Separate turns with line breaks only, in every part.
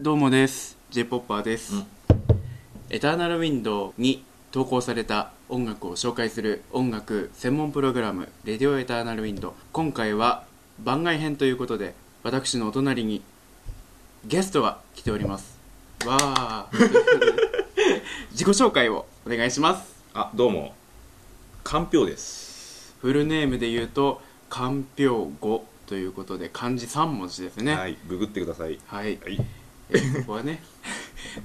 どうもです。j p o p e r です、
うん
エターナルウィンドウに投稿された音楽を紹介する音楽専門プログラム「レディオエターナルウィンドウ」今回は番外編ということで私のお隣にゲストが来ておりますわあ 自己紹介をお願いします
あどうもかんぴょうです
フルネームで言うと「かんぴょう語」ということで漢字3文字ですね
はいググってください
はい
はい
えー ここはね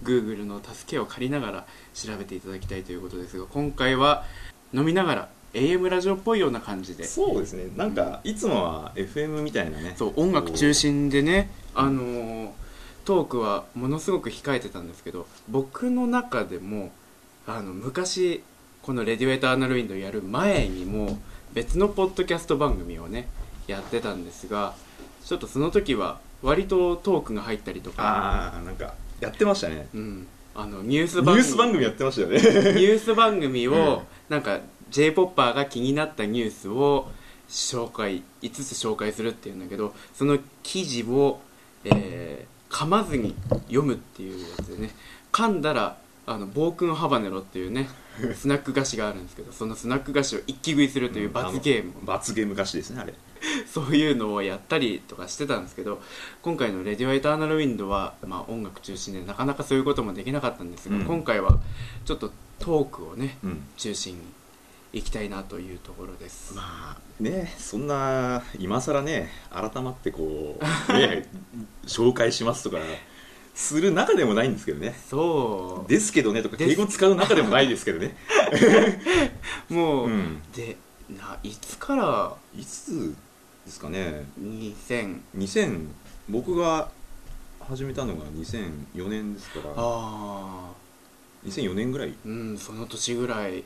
Google の助けを借りながら調べていただきたいということですが今回は飲みながら AM ラジオっぽいような感じでそ
そうですねなんかいつもは FM みたいなね
う音楽中心でねあのートークはものすごく控えてたんですけど僕の中でもあの昔この「レディオエターナルウィンド」やる前にも別のポッドキャスト番組をねやってたんですがちょっとその時は割とトークが入ったりとか、
ああなんかやってましたね
うん、あのニュース
ニュ
番組
ース番組やってましたよね
ニュース番組
うん
を、なんか j p o p が気になったニュースを紹介5つ紹介するっていうんだけどその記事を、えー噛まずに読むっていうやつでね噛んだらあの暴君ハバネロっていう ねスナック菓子があるんですけどそのスナック菓子を一気食いするという罰ゲームを
あの罰ゲーム菓子ですねあれ
そういうのをやったりとかしてたんですけど今回の「レディオエターナルウィンドは」まあ、音楽中心でなかなかそういうこともできなかったんですが、
うん
今回はちょっとトークをね
うん
中心にいきたいなというところです、
まあねそんな今更ね改まってこう ね紹介しますとかする中でもないんですけどね
そう
ですけどねとか
です
敬語使う中でもないですけ どね
もう、
うん
でないつから
いつですかね
2000
2000僕が始めたのが2004年ですから
ああ
2004年ぐらい
うんその年ぐらい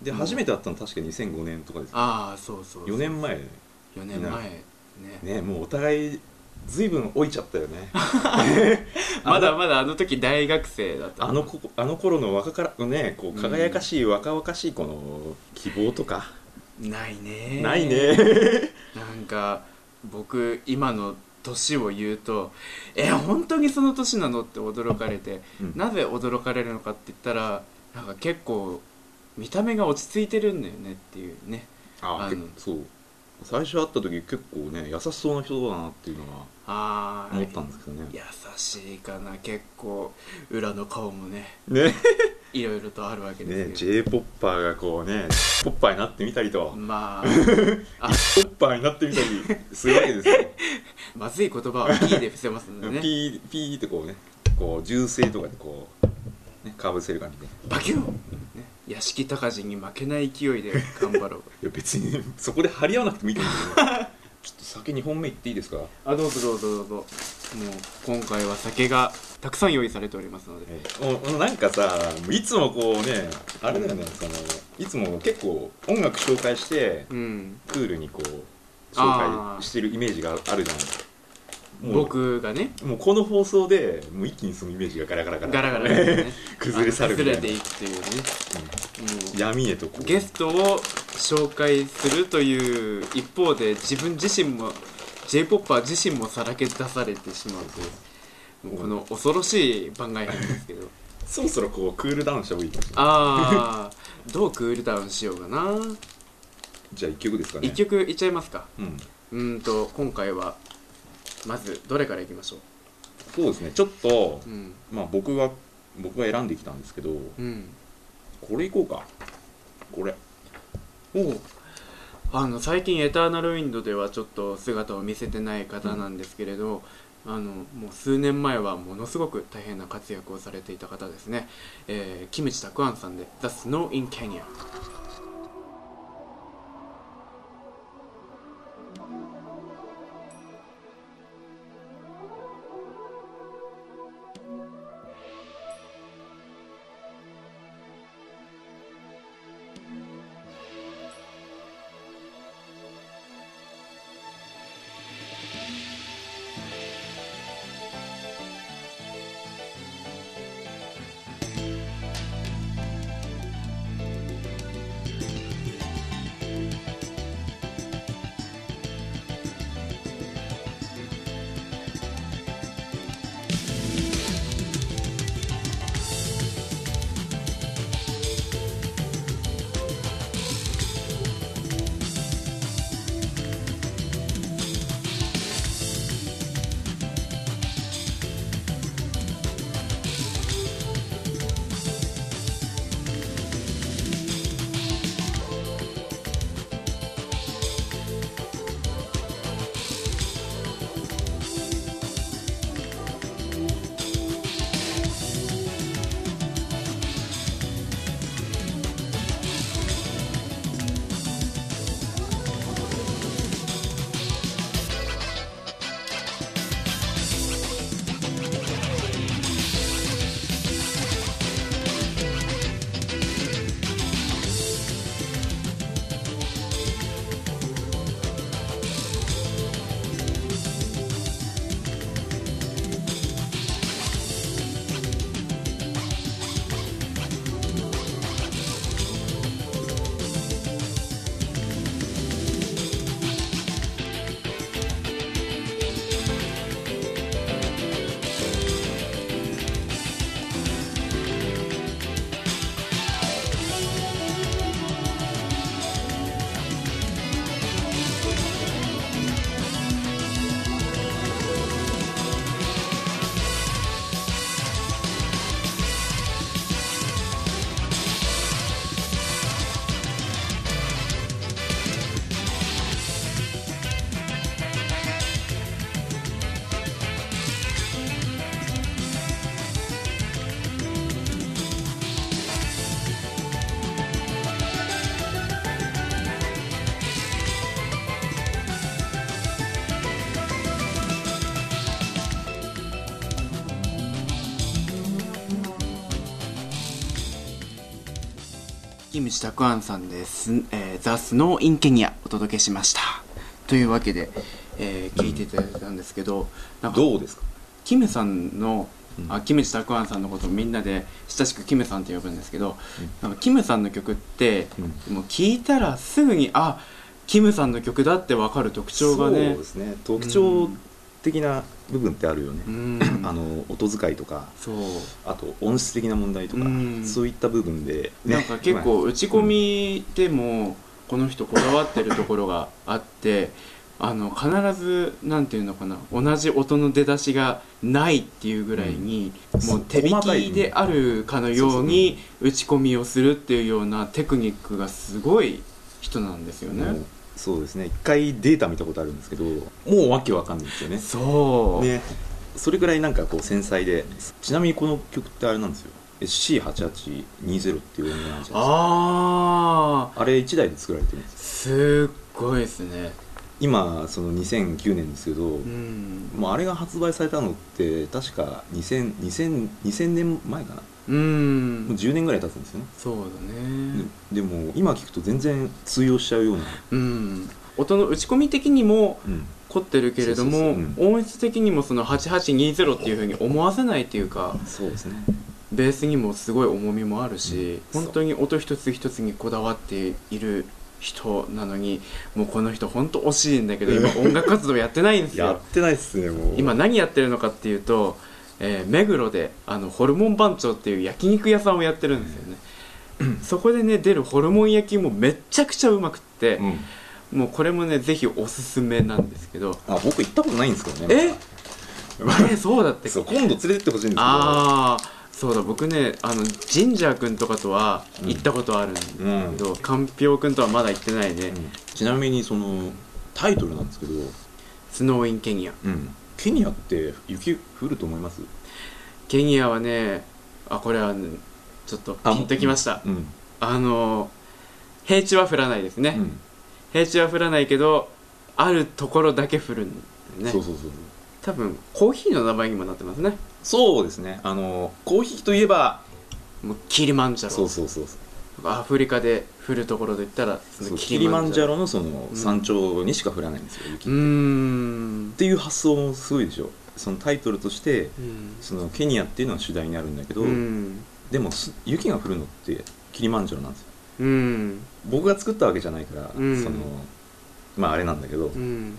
で
うん
初めて会ったの確か2005年とかです
ああそうそう
4年前
4年前ね
ねもうお互いずいぶん老いちゃった よね
まだまだあの時大学生だった
あのこあの頃の若からねこう輝かしい若々しいこの希望とか、
ないね
ない ね
なんか僕今の年を言うとえ本当にその年なのって驚かれて、
うん
なぜ驚かれるのかって言ったらなんか結構見た目が落ち着いてるんだよねっていうね
あ
あの
けそう最初会った時結構ね優しそうな人だなっていうのは
ああ
思ったんですけどね
優しいかな結構裏の顔もね
ね
いろいろとあるわけですけど、
ね j ポッパーがこうねポッパーになってみたりと
まああ
ポッパーになってみたりするわけですよ
まずい言葉は P で伏せますので ね
ピーピーってこうねこう銃声とかでこう、ね、かぶせる感じでい
バキュン、ね、屋敷隆人に負けない勢いで頑張ろ う
や別にそこで張り合わなくてもいいと思うん だけどちょっと先2本目いっていいですかは
あどうぞどうぞどうぞもう今回は酒がたくさん用意されておりますので、
いもうもうなんかさいつもこうねあれだよねそのいつも結構音楽紹介して
うん
クールにこう
あ
紹
ー
介してるイメージがあるじゃないもう
僕がね
もうこの放送でもう一気にそのイメージがガラガラガラ
ガラガラですね
崩れ去るみ
崩
たい
れ
な
ていくというね
うん闇へとこ
もう
う
ゲストを紹介するという一方で自分自身も j p o p 自身もさらけ出されてしまうというもうこの恐ろしい番外編です けど
そろそろこうクールダウンした方がいいかもしれない
ああどうクールダウンしようかな
じゃあ1曲ですかね
一曲いっちゃいますか
うん
うーんと今回はまずどれからいきましょ
そうですねちょっと
う、うん
まあ僕が僕が選んできたんですけど
うん
これいこうかこれ
おうあの最近エターナルウィンドではちょっと姿を見せてない方なんですけれど、あのもう数年前はものすごく大変な活躍をされていた方ですね、えー、キムチ・タクアンさんで「The Snow in Kenya」
「
キムチたくあんさんです、えー、ザ・スノー・イン・ケニアお届けしましたというわけで、えー聞いていただいたんですけどなんか
どうですか
キムさんの、
うん
あキムチたくあんさんのことをみんなで親しくキムさんって呼ぶんですけど、なんかキムさんの曲って、もう聞いたらすぐにあキムさんの曲だってわかる特徴が
そ
ね
うですね特徴的な部分ってあるよね
う、ん
あの音遣いとか
そう
あと音質的な問題とか、
うん
そういった部分で、ね、
なんか結構打ち込みでもこの人こだわってるところがあってあの必ずなんていうのかな同じ音の出だしがないっていうぐらいに、
うん
もう手引
細かい
きであるかのように打ち込みをするっていうようなテクニックがすごい人なんですよ
まあも
ね
う。そうですね一回データ見たことあるんですけどもうわけわかんないですよね
そう、
ねそれぐらいなんかこう繊細でちなみにこの曲ってあれなんですよ C8820 っていう音源あるじゃないですか
ああ
あれ1台で作られてるんですよ
すっごいですね。
今その2009年ですけど、
うん、
もうあれが発売されたのって確か2000 2000 2000年前かな
うん
もう、10年ぐらい経つんですよね、
そうだね。
ででも今聞くと全然通用しちゃうような、
うん、音の打ち込み的にも
うん
凝ってるけれども
そうそうそう
音質的にもその8820っていう風に思わせないっていうか
そうですね
ベースにもすごい重みもあるし、
うん
本当に音一つ一つにこだわっている人なのにもうこの人本当惜しいんだけど今音楽活動やってないんです
や
よ
ってないっすねもう
今何やってるのかっていうと、えー目黒であのホルモン番長っていう焼肉屋さんをやってるんですよね、そこでね出るホルモン焼きもめっちゃくちゃうまくって、
うん
もうこれもねぜひおすすめなんですけど
あ僕行ったことないんですけど
え
ねまだ
あれそうだって
そう今度連れてってほしいんですけど
ああそうだ僕ねあのジンジャー君とかとは行ったことあるんだけ
うん
ど、かんぴょう君とはまだ行ってないね、
うんちなみにそのタイトルなんですけど、
スノーインケニア
ケニアって雪降ると思います
ケニアはねあこれはね、ちょっとピンときました
うん、
あの平地は降らないですね、
うん
平地は降らないけどあるところだけ降るんだよ
そう
ね
そうそう
多分コーヒーの名前にもなってますね
そうですねあのコーヒーといえば
もうキリマンジャロ
そうそうそうそう
アフリカで降るところといったらそ
そう
の
キリマンジャ
ロ
ロのその
うん
山頂にしか降らないんですよ、
う
雪っ
ー
て
ん
っていう発想もすごいでしょそのタイトルとして
うん
そのケニアっていうのは主題になるんだけど、
うん
でもす雪が降るのってキリマンジャロなんですよ
うん
僕が作ったわけじゃないから、
うん
そのまああれなんだけど、
うん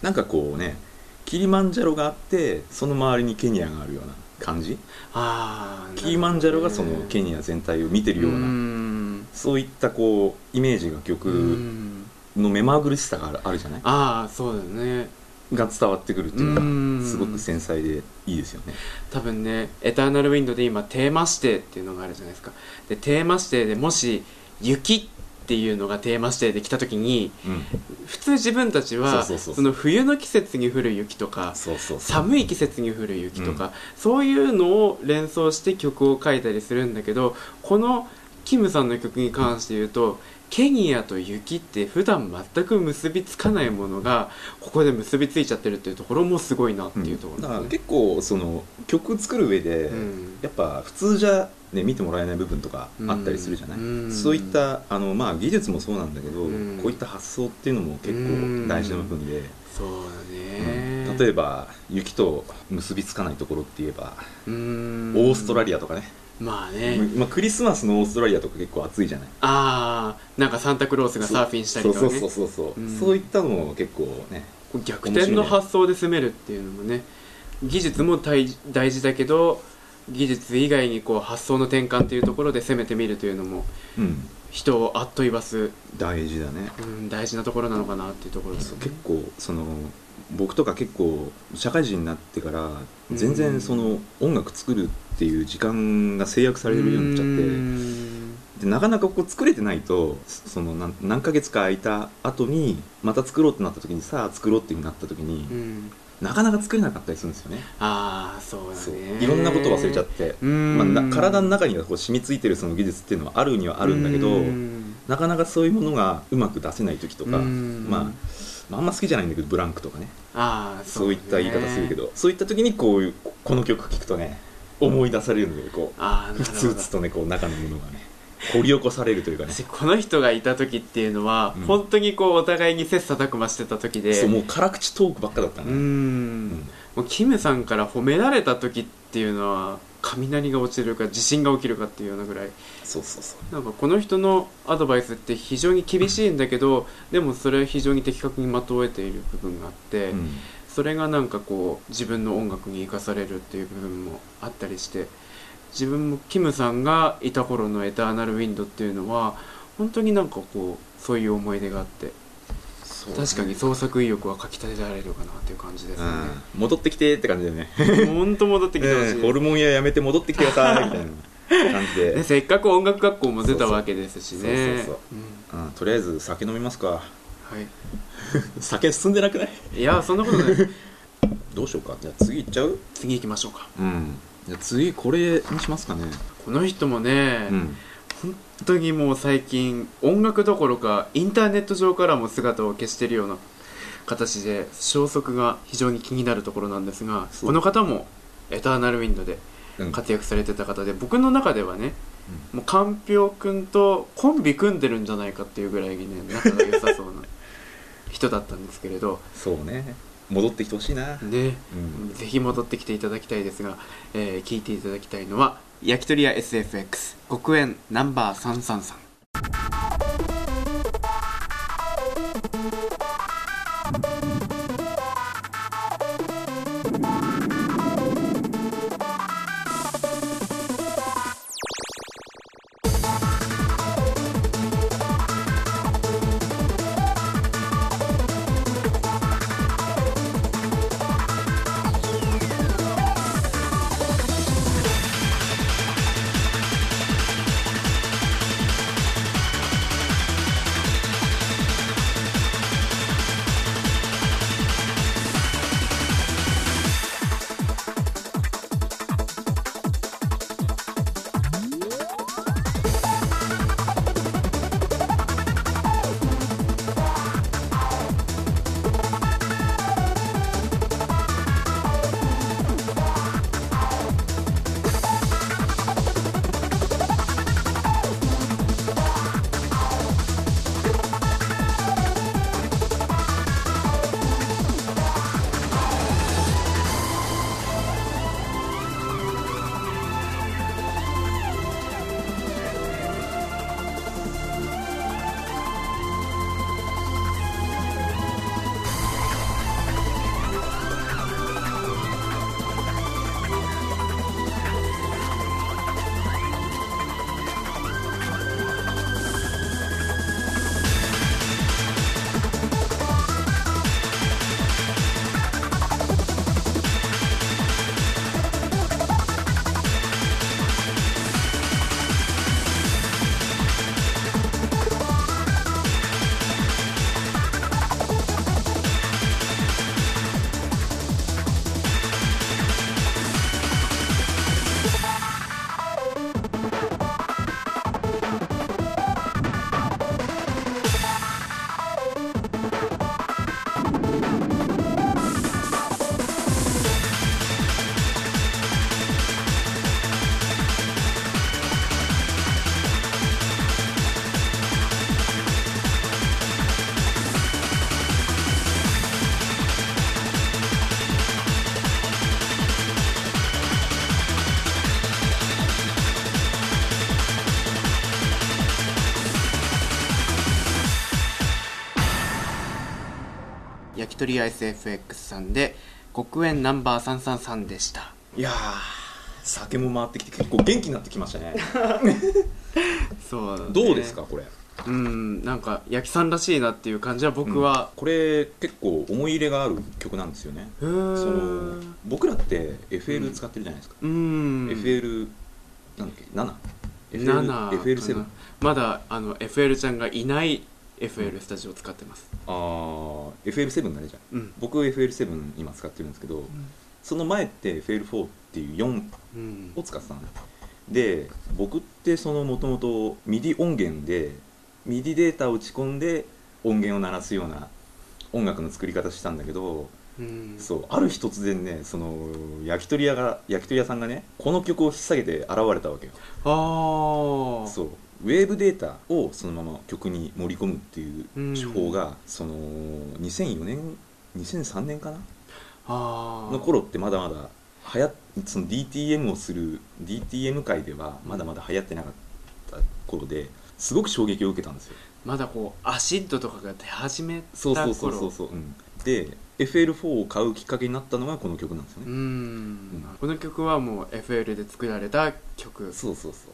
なんかこうねキリマンジャロがあってその周りにケニアがあるような感じ、
ああ
キリマンジャロがそのケニア全体を見てるような、
な
そういったこうイメージが曲の目まぐるしさがあるあるじゃない
ああそうだよね
が伝わってくるっていう
う
の
ん
がすごく繊細でいいですよね
多分ね「エターナルウィンド」で今テーマ指定っていうのがあるじゃないですかでテーマ指定でもし「雪」っていうのがテーマ指定で来た時に
うん
普通自分たちは
そうそうそうそう
その冬の季節に降る雪とか
そうそうそう
寒い季節に降る雪とか、
う
そういうのを連想して曲を書いたりするんだけどこのキムさんの曲に関して言うと、ケニアと雪って普段全く結びつかないものがここで結びついちゃってるっていうところもすごいなって
うん
いうところ
だから
ですね。
結構その曲作る上で、
うん
やっぱ普通じゃ、ね、見てもらえない部分とかあったりするじゃない、
うん
そういったあの、まあ、技術もそうなんだけど、
うん
こういった発想っていうのも結構大事な部分で、
そうだね、
例
え
えば雪と結びつかないところって言えば、
ば
オーストラ
リ
リアとかね、
アまあね、
まあ、クリスマスのオーストラリアとか結構暑いじゃない
ああなんかサンタクロースがサーフィンしたりとかね
そうそうそうそう、
うん
そういったのも結構ね
こう逆転の発想で攻めるっていうのもね技術も大事大事だけど技術以外にこう発想の転換というところで攻めてみるというのも
うん
人をあっと言わす、
大事だね、
うん、大事なところなのかなっていうところです
そう
ね
結構その僕とか結構社会人になってから
うん
全然その音楽作るっていう時間が制約されるようになっ
う
ちゃ
ん
ってでなかなかこう作れてないとその何何ヶ月か空いた後にまた作ろうってなった時にさあ作ろうってなった時に、
うん
なかなか作れなかったりするんですよね
ああそうだ
そう
ね
いろんなこと忘れちゃって、
うん
まあ、な体の中にはこう染みついてるその技術っていうのはあるにはあるんだけど、
うん
なかなかそういうものがうまく出せない時とか、
うん
まあ、まああんま好きじゃないんだけどブランクとかね
ああ
そういった言い方するけ
ど
どそういった時にこういうここの曲聴くとね思い出されるのでこう
ああな
ふ
るほ
つ
ど
ふつとねこう中のものがね掘り起こされるというかね
私この人がいた時っていうのは、
うん
本当にこうお互いに切磋琢磨してた時で
そうもう辛口トークばっかだった
うー
ね、
んもうキムさんから褒められた時っていうのは雷が落ちるか地震が起きるかっていうようなぐらい
そうそうそう
なんかこの人のアドバイスって非常に厳しいんだけどでもそれは非常に的確にまとえている部分があって、
うん
それがなんかこう自分の音楽に生かされるっていう部分もあったりして自分もキムさんがいた頃の「エターナル・ウィンド」っていうのは本当になんかこうそういう思い出があって
そう
確かに創作意欲はかきたてられるかなっていう感じですね
うん戻ってきてって感じだよね
本当戻ってきてほしい、
うんホルモン屋やめて戻ってきてくださ いみたいな感じで、
ね、せっかく音楽学校も出たわけですしね
そうそうそ
う
う
ん
うん、とりあえず酒飲みますか
はい
酒進んでなくない
いやそんなことない
どうしようかじゃあ次行っちゃう
次行きましょうか
うんじゃあ次これにしますかね
この人もね、
うん
本当にもう最近音楽どころかインターネット上からも姿を消しているような形で消息が非常に気になるところなんですが
そう
この方もエターナルウィンドで
うん
活躍されてた方で僕の中ではねもうかんぴょうくんとコンビ組んでるんじゃないかっていうぐらいにね仲が良さそうな人だったんですけれど
そうね戻ってきてほしいな
ね
うん
ぜひ戻ってきていただきたいですが、えー聞いていただきたいのは焼き鳥屋 SFX 極縁ナンバー333焼き鳥屋 SFX さんで極縁ナンバー333でした
いやー酒も回ってきて結構元気になってきましたね
そうだね
どうですかこれ
うんなんか焼きさんらしいなっていう感じは僕は
これ結構思い入れがある曲なんですよね
う
そ
ー
の
ん
僕らって
う
FL
ん
使ってるじゃないですか、
うん
FL なんだっけ 7?
7
FL7 あ
まだあの FL ちゃんがいない FL スタジオを使ってます
あー FL7 だねじゃあ
うん
僕 FL7 今使ってるんですけど、その前って FL4 っていう4
うん
を使ってたのねで僕ってそのもともと MIDI 音源で MIDI データを打ち込んで音源を鳴らすような音楽の作り方してたんだけど
うん
そうある日突然ねその焼き鳥屋が焼き鳥屋さんがねこの曲を引っ提げて現れたわけよ
ああ
そうウェーブデータをそのまま曲に盛り込むっていう手法が、その2004年2003年かな
あー
の頃ってまだまだ流行っその DTM をする DTM 界ではまだまだ流行ってなかった頃ですごく衝撃を受けたんですよ
まだこうアシッドとかが出始めた頃
そうそうそうそうそう、うん、で FL4 を買うきっかけになったのがこの曲なんですよ
う
ね、
ん
うん
この曲はもう FL で作られた曲
そうそうそう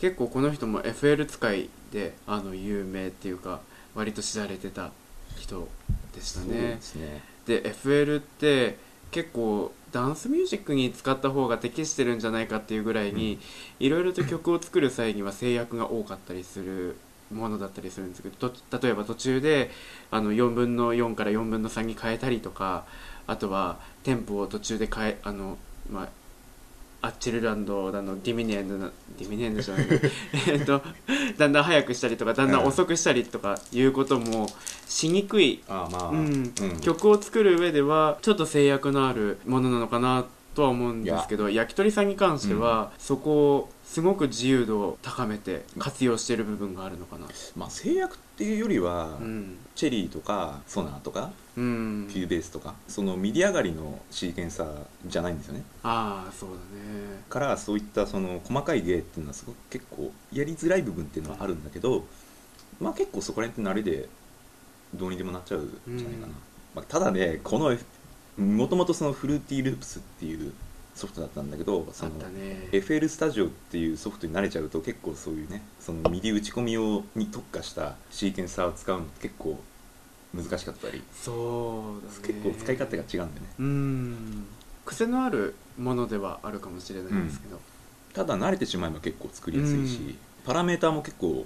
結構この人も FL 使いであの有名っていうか割と知られてた人でした
そう
ね
ですね
で FL って結構ダンスミュージックに使った方が適してるんじゃないかっていうぐらいにいろいろと曲を作る際には制約が多かったりするものだったりするんですけどと例えば途中であの4分の4から4分の3に変えたりとかあとはテンポを途中で変えあの、まあ、アッチェルランドだのディミネンドなディミネンドじゃないえっとだんだん早くしたりとかだんだん遅くしたりとかいうこともしにくい
ああまあ、
うん、曲を作る上ではちょっと制約のあるものなのかなとは思うんですけど焼き鳥さんに関しては、そこをすごく自由度を高めて活用してる部分があるのかな
まあ制約っていうよりは、
うん
チェリーとかソナーとか
うん
キューベースとか、そのミディ上がりのシーケンサーじゃないんですよね
ああそうだね
からそういったその細かい芸っていうのはすごく結構やりづらい部分っていうのはあるんだけどまあ結構そこら辺って慣れでどうにでもなっちゃうんじゃないかな、
うん
まあ、ただねこのもともとそのフルーティーループスっていうソフトだったんだけど
あ
そ
っ
の
たね
FL スタジオっていうソフトに慣れちゃうと結構そういうねそのミディ打ち込み用に特化したシーケンサーを使うのって結構難しかったり
そうだね
結構使い勝手が違うんだよね
うん癖のあるものではあるかもしれないんですけど、
ただ慣れてしまえば結構作りやすいし、
うん
パラメーターも結構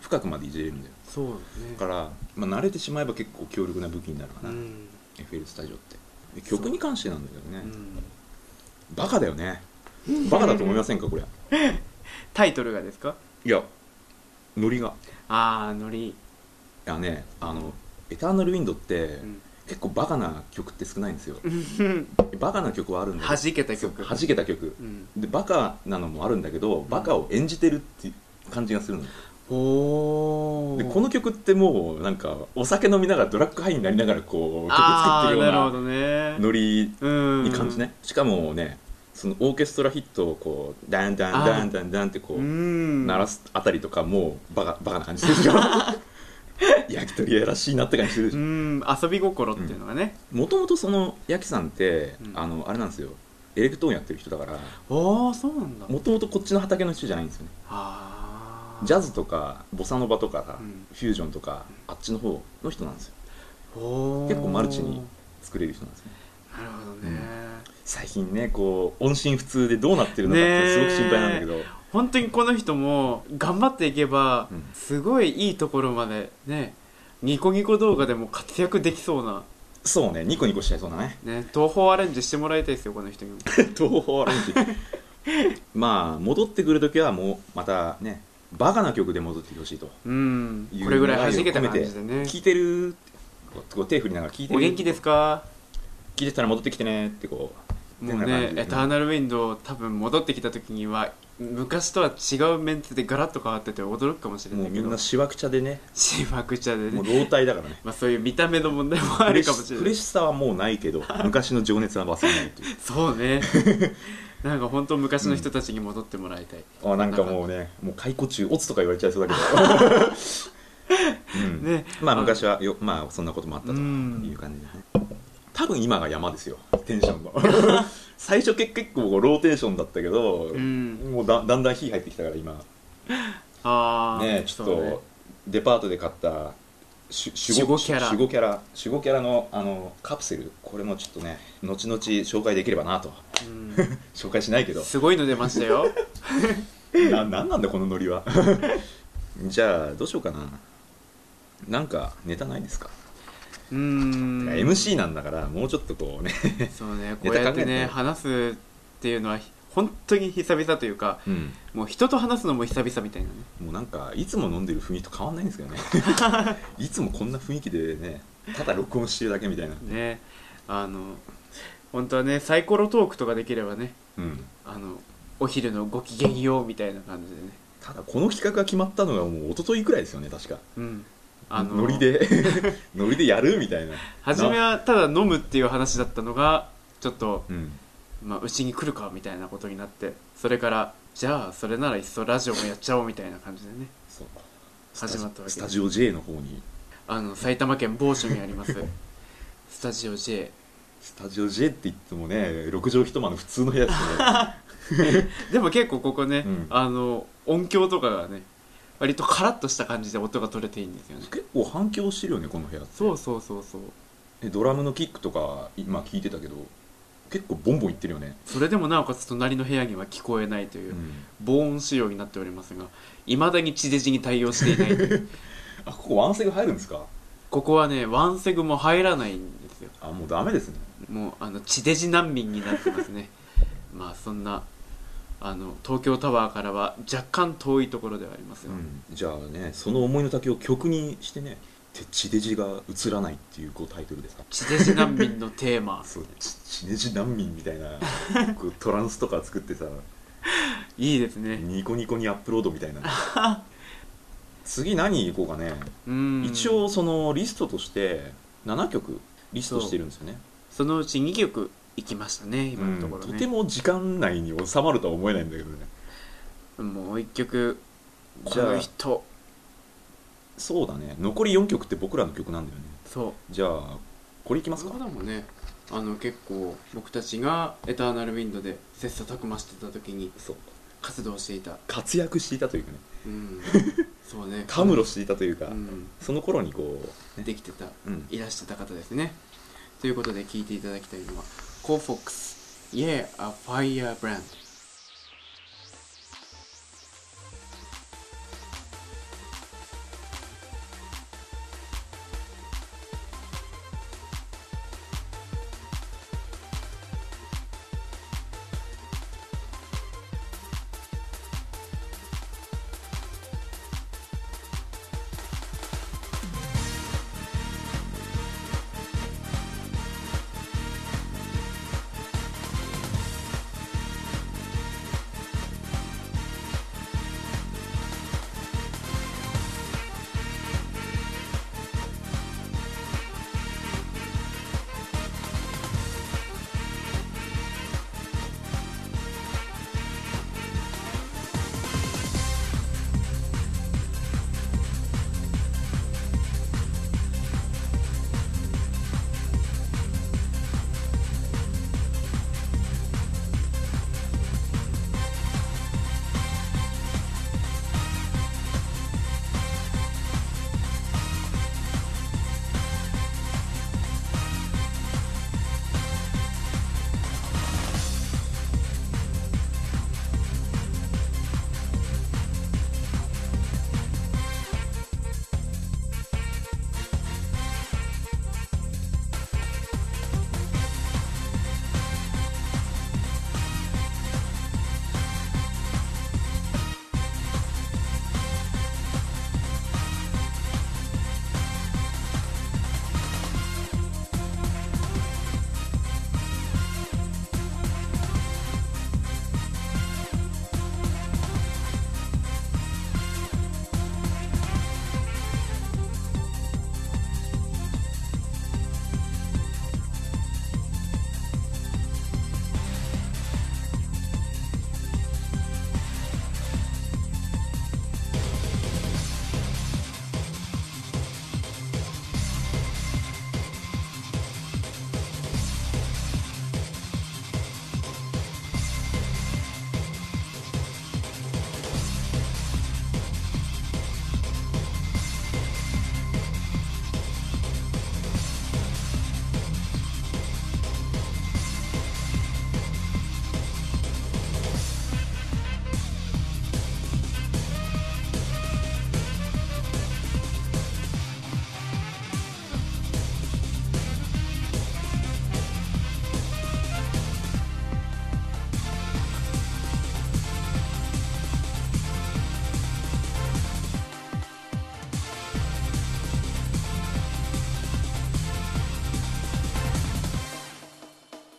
深くまでいじれるんだよ
そう
だ
だ
か
ね
ら、まあ、慣れてしまえば結構強力な武器になるかな、
うん、
FL スタジオってで曲に関してなんだけど
う
ね、
ん、
バカだよねバカだと思いませ んかこれ
タイトルがですか
いやノリが
ああノリ、
いやねあのエターナルウィンドって、
うん、
結構バカな曲って少ないんですよバカな曲はあるんだけ ど
弾けた曲
弾けた曲
うん
でバカなのもあるんだけどバカを演じてるっていう感じがするの
お
でこ
の
の曲ってもうなんかお酒飲みながらドラッグハイになりながらこう曲作ってるよう
なるほ
な
どね
ノリ
うん
に感じねしかもねそのオーケストラヒットをこうダンダンダンダンダンってこ
う
うん鳴らすあたりとかもうバカバカな感じするでしょ 焼き鳥屋らしいなって感じするでし
う
ょ
ん遊び心っていうのがね、
もともとそのヤキさんって
うん
あのあれなんですよエレクトーンやってる人だから
ああそうなんだ
もともとこっちの畑の人じゃないんですよね
ああ
ジャズとかボサノバとかさ、
うん
フュージョンとかあっちの方の人なんですよ
結
結構マルチに作れる人なんですね
なるほどね、
最近ねこう音信不通でどうなってるのかってすごく心配なんだけど、
本当にこの人も頑張っていけば、
うん
すごいいいところまでねニコニコ動画でも活躍できそうな
そうねニコニコしちゃいそうだ ね
ね東宝アレンジしてもらいたいですよこの人にも
東方アレンジ まあ戻ってくるときはもうまたねバカな曲で戻ってきてほしいと
うん
いう
これぐらい弾けた感じで
願いを込め
ね
て聞いてるこうこう手振りながら聞いてる
お元気ですか
聞いてたら戻ってきてねってこう
もう
ってな感
ね
じ、で
エターナルウィンドウ多分戻ってきた時には昔とは違うメンツでガラッと変わってて驚くかもしれな
も
いうけ
みん
ど
なしわくちゃでね
しわくちゃで
もう
ね、
老体だからね
まあ、そういう見た目の問題も あるかもしれ
フ
な
レッ
い
シュさはもうないけど昔の情熱は忘れないという
そうね なんか本当昔の人たちに戻ってもらいたい、
あなんかも うねもう解雇中オツとか言われちゃいそうだ けど、うん
ね
まあ
あの
昔はよまあそんなこともあったと
うん
いう感じでね多分今が山ですよテンションの 最初結結構ローテーションだったけど、
ん
もうだだんだん火入ってきたから今
ああ
ねちょっ
そう
とデパートで買ったし
守護キャラ
守護キャラ守護キャラのあのカプセルこれもちょっとね後々紹介できればなと
ね
紹介しないけ
う
ど
ん、すごいの出ましたよ
ななんなんだこのノリは じゃあどうしようかななんかネタないですか、
うーん
MC なんだからもうちょっとこうね、
そうねこ
ネ
う
タ
や
考えてね
ってね話すっていうのは本当に久々というかもう人と話すのも久々みたいなね
もうなんかいつも飲んでる雰囲気と変わんないんですけ どねいつもこんな雰囲気でねただ録音してるだけみたいな、
ねあの本当はねサイコロトークとかできればね
うん、
あのお昼のご機嫌ようみたいな感じでね
ただこの企画が決まったのがもう一昨日くらいですよね確か
うん
ノリで ノリでやるみたいな
初めはただ飲むっていう話だったのがちょっと
うん
まあうちに来るかみたいなことになってそれからじゃあそれならいっそラジオもやっちゃおうみたいな感じでね
そう
始まったわけです
スタジオ J の方に
あの埼玉県某所にあります スタジオ J
スタジオ J って言ってもね6畳一間の普通の部屋ですね
でも結構ここね、
うん
あの音響とかがね割とカラッとした感じで音が取れていいんですよね
結構反響してるよねこの部屋って
そうそうそうそう
えドラムのキックとか今聞いてたけど結構ボンボンいってるよね、
それでもなおかつ隣の部屋には聞こえないというう、
ん
防音仕様になっておりますがいまだに地デジに対応していないという
あここワンセグ入るんですか
ここはねワンセグも入らないんですよ
あもうダメですね
もうあの地デジ難民になってます ねまあそんなあの東京タワーからは若干遠いところではありますが、
じゃあねその思いの丈を曲にしてね「て地デジが映らない」っていうこうタイトルですか
地デジ難民のテー マ
そうち地デジ難民みたいなこうトランスとか作ってさ
いいですね
ニコニコにアップロードみたいな次何いこうかね、
うん
一応そのリストとして7曲リストしてるんですよね
そのうち2曲行きましたね今のところ
う
ね、
んとても時間内に収まるとは思えないんだけどね
もう1曲こ
じゃあ
の人
そうだね残り4曲って僕らの曲なんだよね
そう
じゃあこれいきます
そ
か
こだもんねあの結構僕たちがエターナルウィンドで切磋琢磨してた時に
そう
活動していた
活躍していたというかね
うんそうね
たむろしていたというか、
うん
その頃にこう、ね
できてた
うん、
いらしてた方ですねということで聞いていただきたいのはコーフォックス Yeah, a firebrand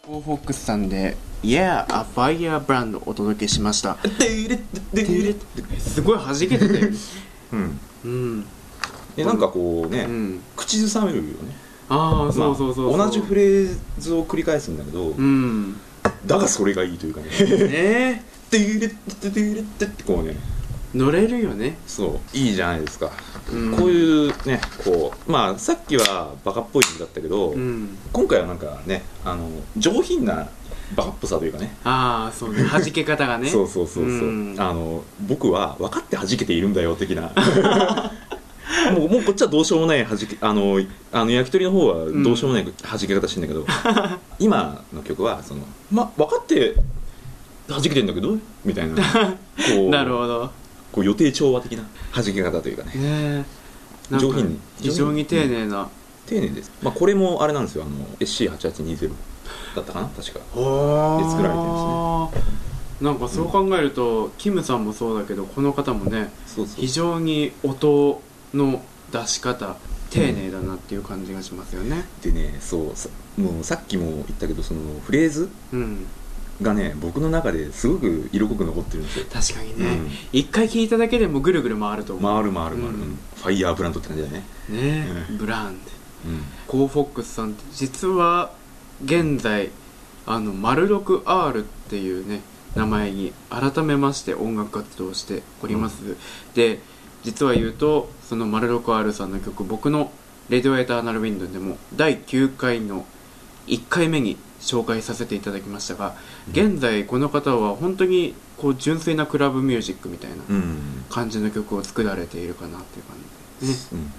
コーフォックスさんで Yeah, a fire brand をお届けしましたすごい弾けてて
うん
うん、
でなんかこうね、
うん、
口ずさめるよね
ああそうそうそうそう、
まあ同じフレーズを繰り返すんだけど、
うん
だがそれがいいという かね
ねえ
「デュレッデュレッデ」ってこうね
乗れるよね、
そういいじゃないですか、
うん、
こう
う、
いうねこうまあさっきはバカっぽいだったけど、
ん、
今回はなんかねあの上品なバカっぽさというかね
ああ そうね弾け方がね
そうそうそうそう、
うん
あの僕は分かって弾けているんだよ的 なもうもうこっちはどうしようもない弾けあのあの焼き鳥の方はどうしようもない弾け方してんだ けど、今の曲はそのま分かって弾けてんだけどみたい なこう
なるほど
こう予定調和的な弾け方というかね
ねえなんか
上品
非常に丁寧な、
丁寧です、まあ、これもあれなんですよあの SC8820 だったかな確
でるんで
かで作られて
すねなんかそう考えると、キムさんもそうだけどこの方もね
そうそう
非常に音の出し方丁寧だなっていう感じがしますよね
でねそうさもうさっきも言ったけどそのフレーズ
うん
がね僕の中ですごく色濃く残ってるんですよ
確かに
う
ね
ん
一、回聞いただけでもぐるぐる回ると思う、
回る回る回る、
うん
うんファイヤーブランドって感じだよね、
ねえ、
うん
ブランド
うん、
コーフォックスさんって実は現在あのマル 6R っていうね名前に改めまして音楽活動をしております、で実は言うとそのマル 6R さんの曲僕の「レディオエターナルウィンドウ」でも第9回の1回目に紹介させていただきましたが現在この方は本当にこう純粋なクラブミュージックみたいな
うん、
感じの曲を作られているかなっていう感じでね
うん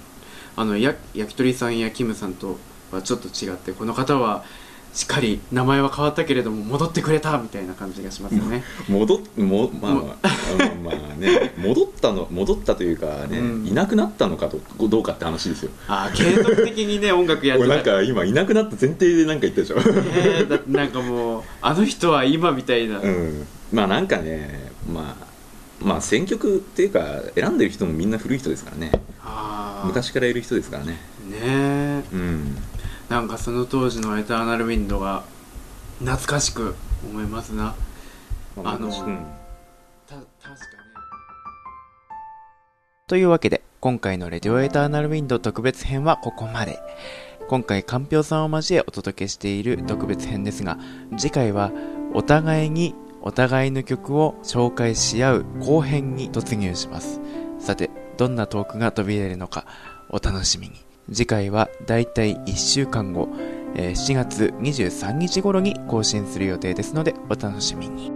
あのや焼き鳥さんやキムさんとはちょっと違ってこの方はしっかり名前は変わったけれども戻ってくれたみたいな感じがしますよね
戻っもまあ
も
まあまあまあね戻ったの戻ったというかね、
うん
いなくなったのかどどうかって話ですよ
ああ継続的にね音楽やって
俺なん
た
か今いなくなった前提でなんか言ったでしょ
えーだってなんかもうあの人は今みたいな、
うんまあなんかねまあまあ選曲っていうか選んでる人もみんな古い人ですからね
ああ
昔からいる人ですからね
ねえ
うん
なんかその当時のエターナルウィンドウが懐かしく思いますなあの
うん
た確かねというわけで今回の「レディオエターナルウィンド」特別編はここまで今回かんぴょうさんを交えお届けしている特別編ですが次回はお互いにお互いの曲を紹介し合う後編に突入しますさてどんなトークが飛び出るのかお楽しみに次回はだいたい1週間後、えー7月23日頃に更新する予定ですのでお楽しみに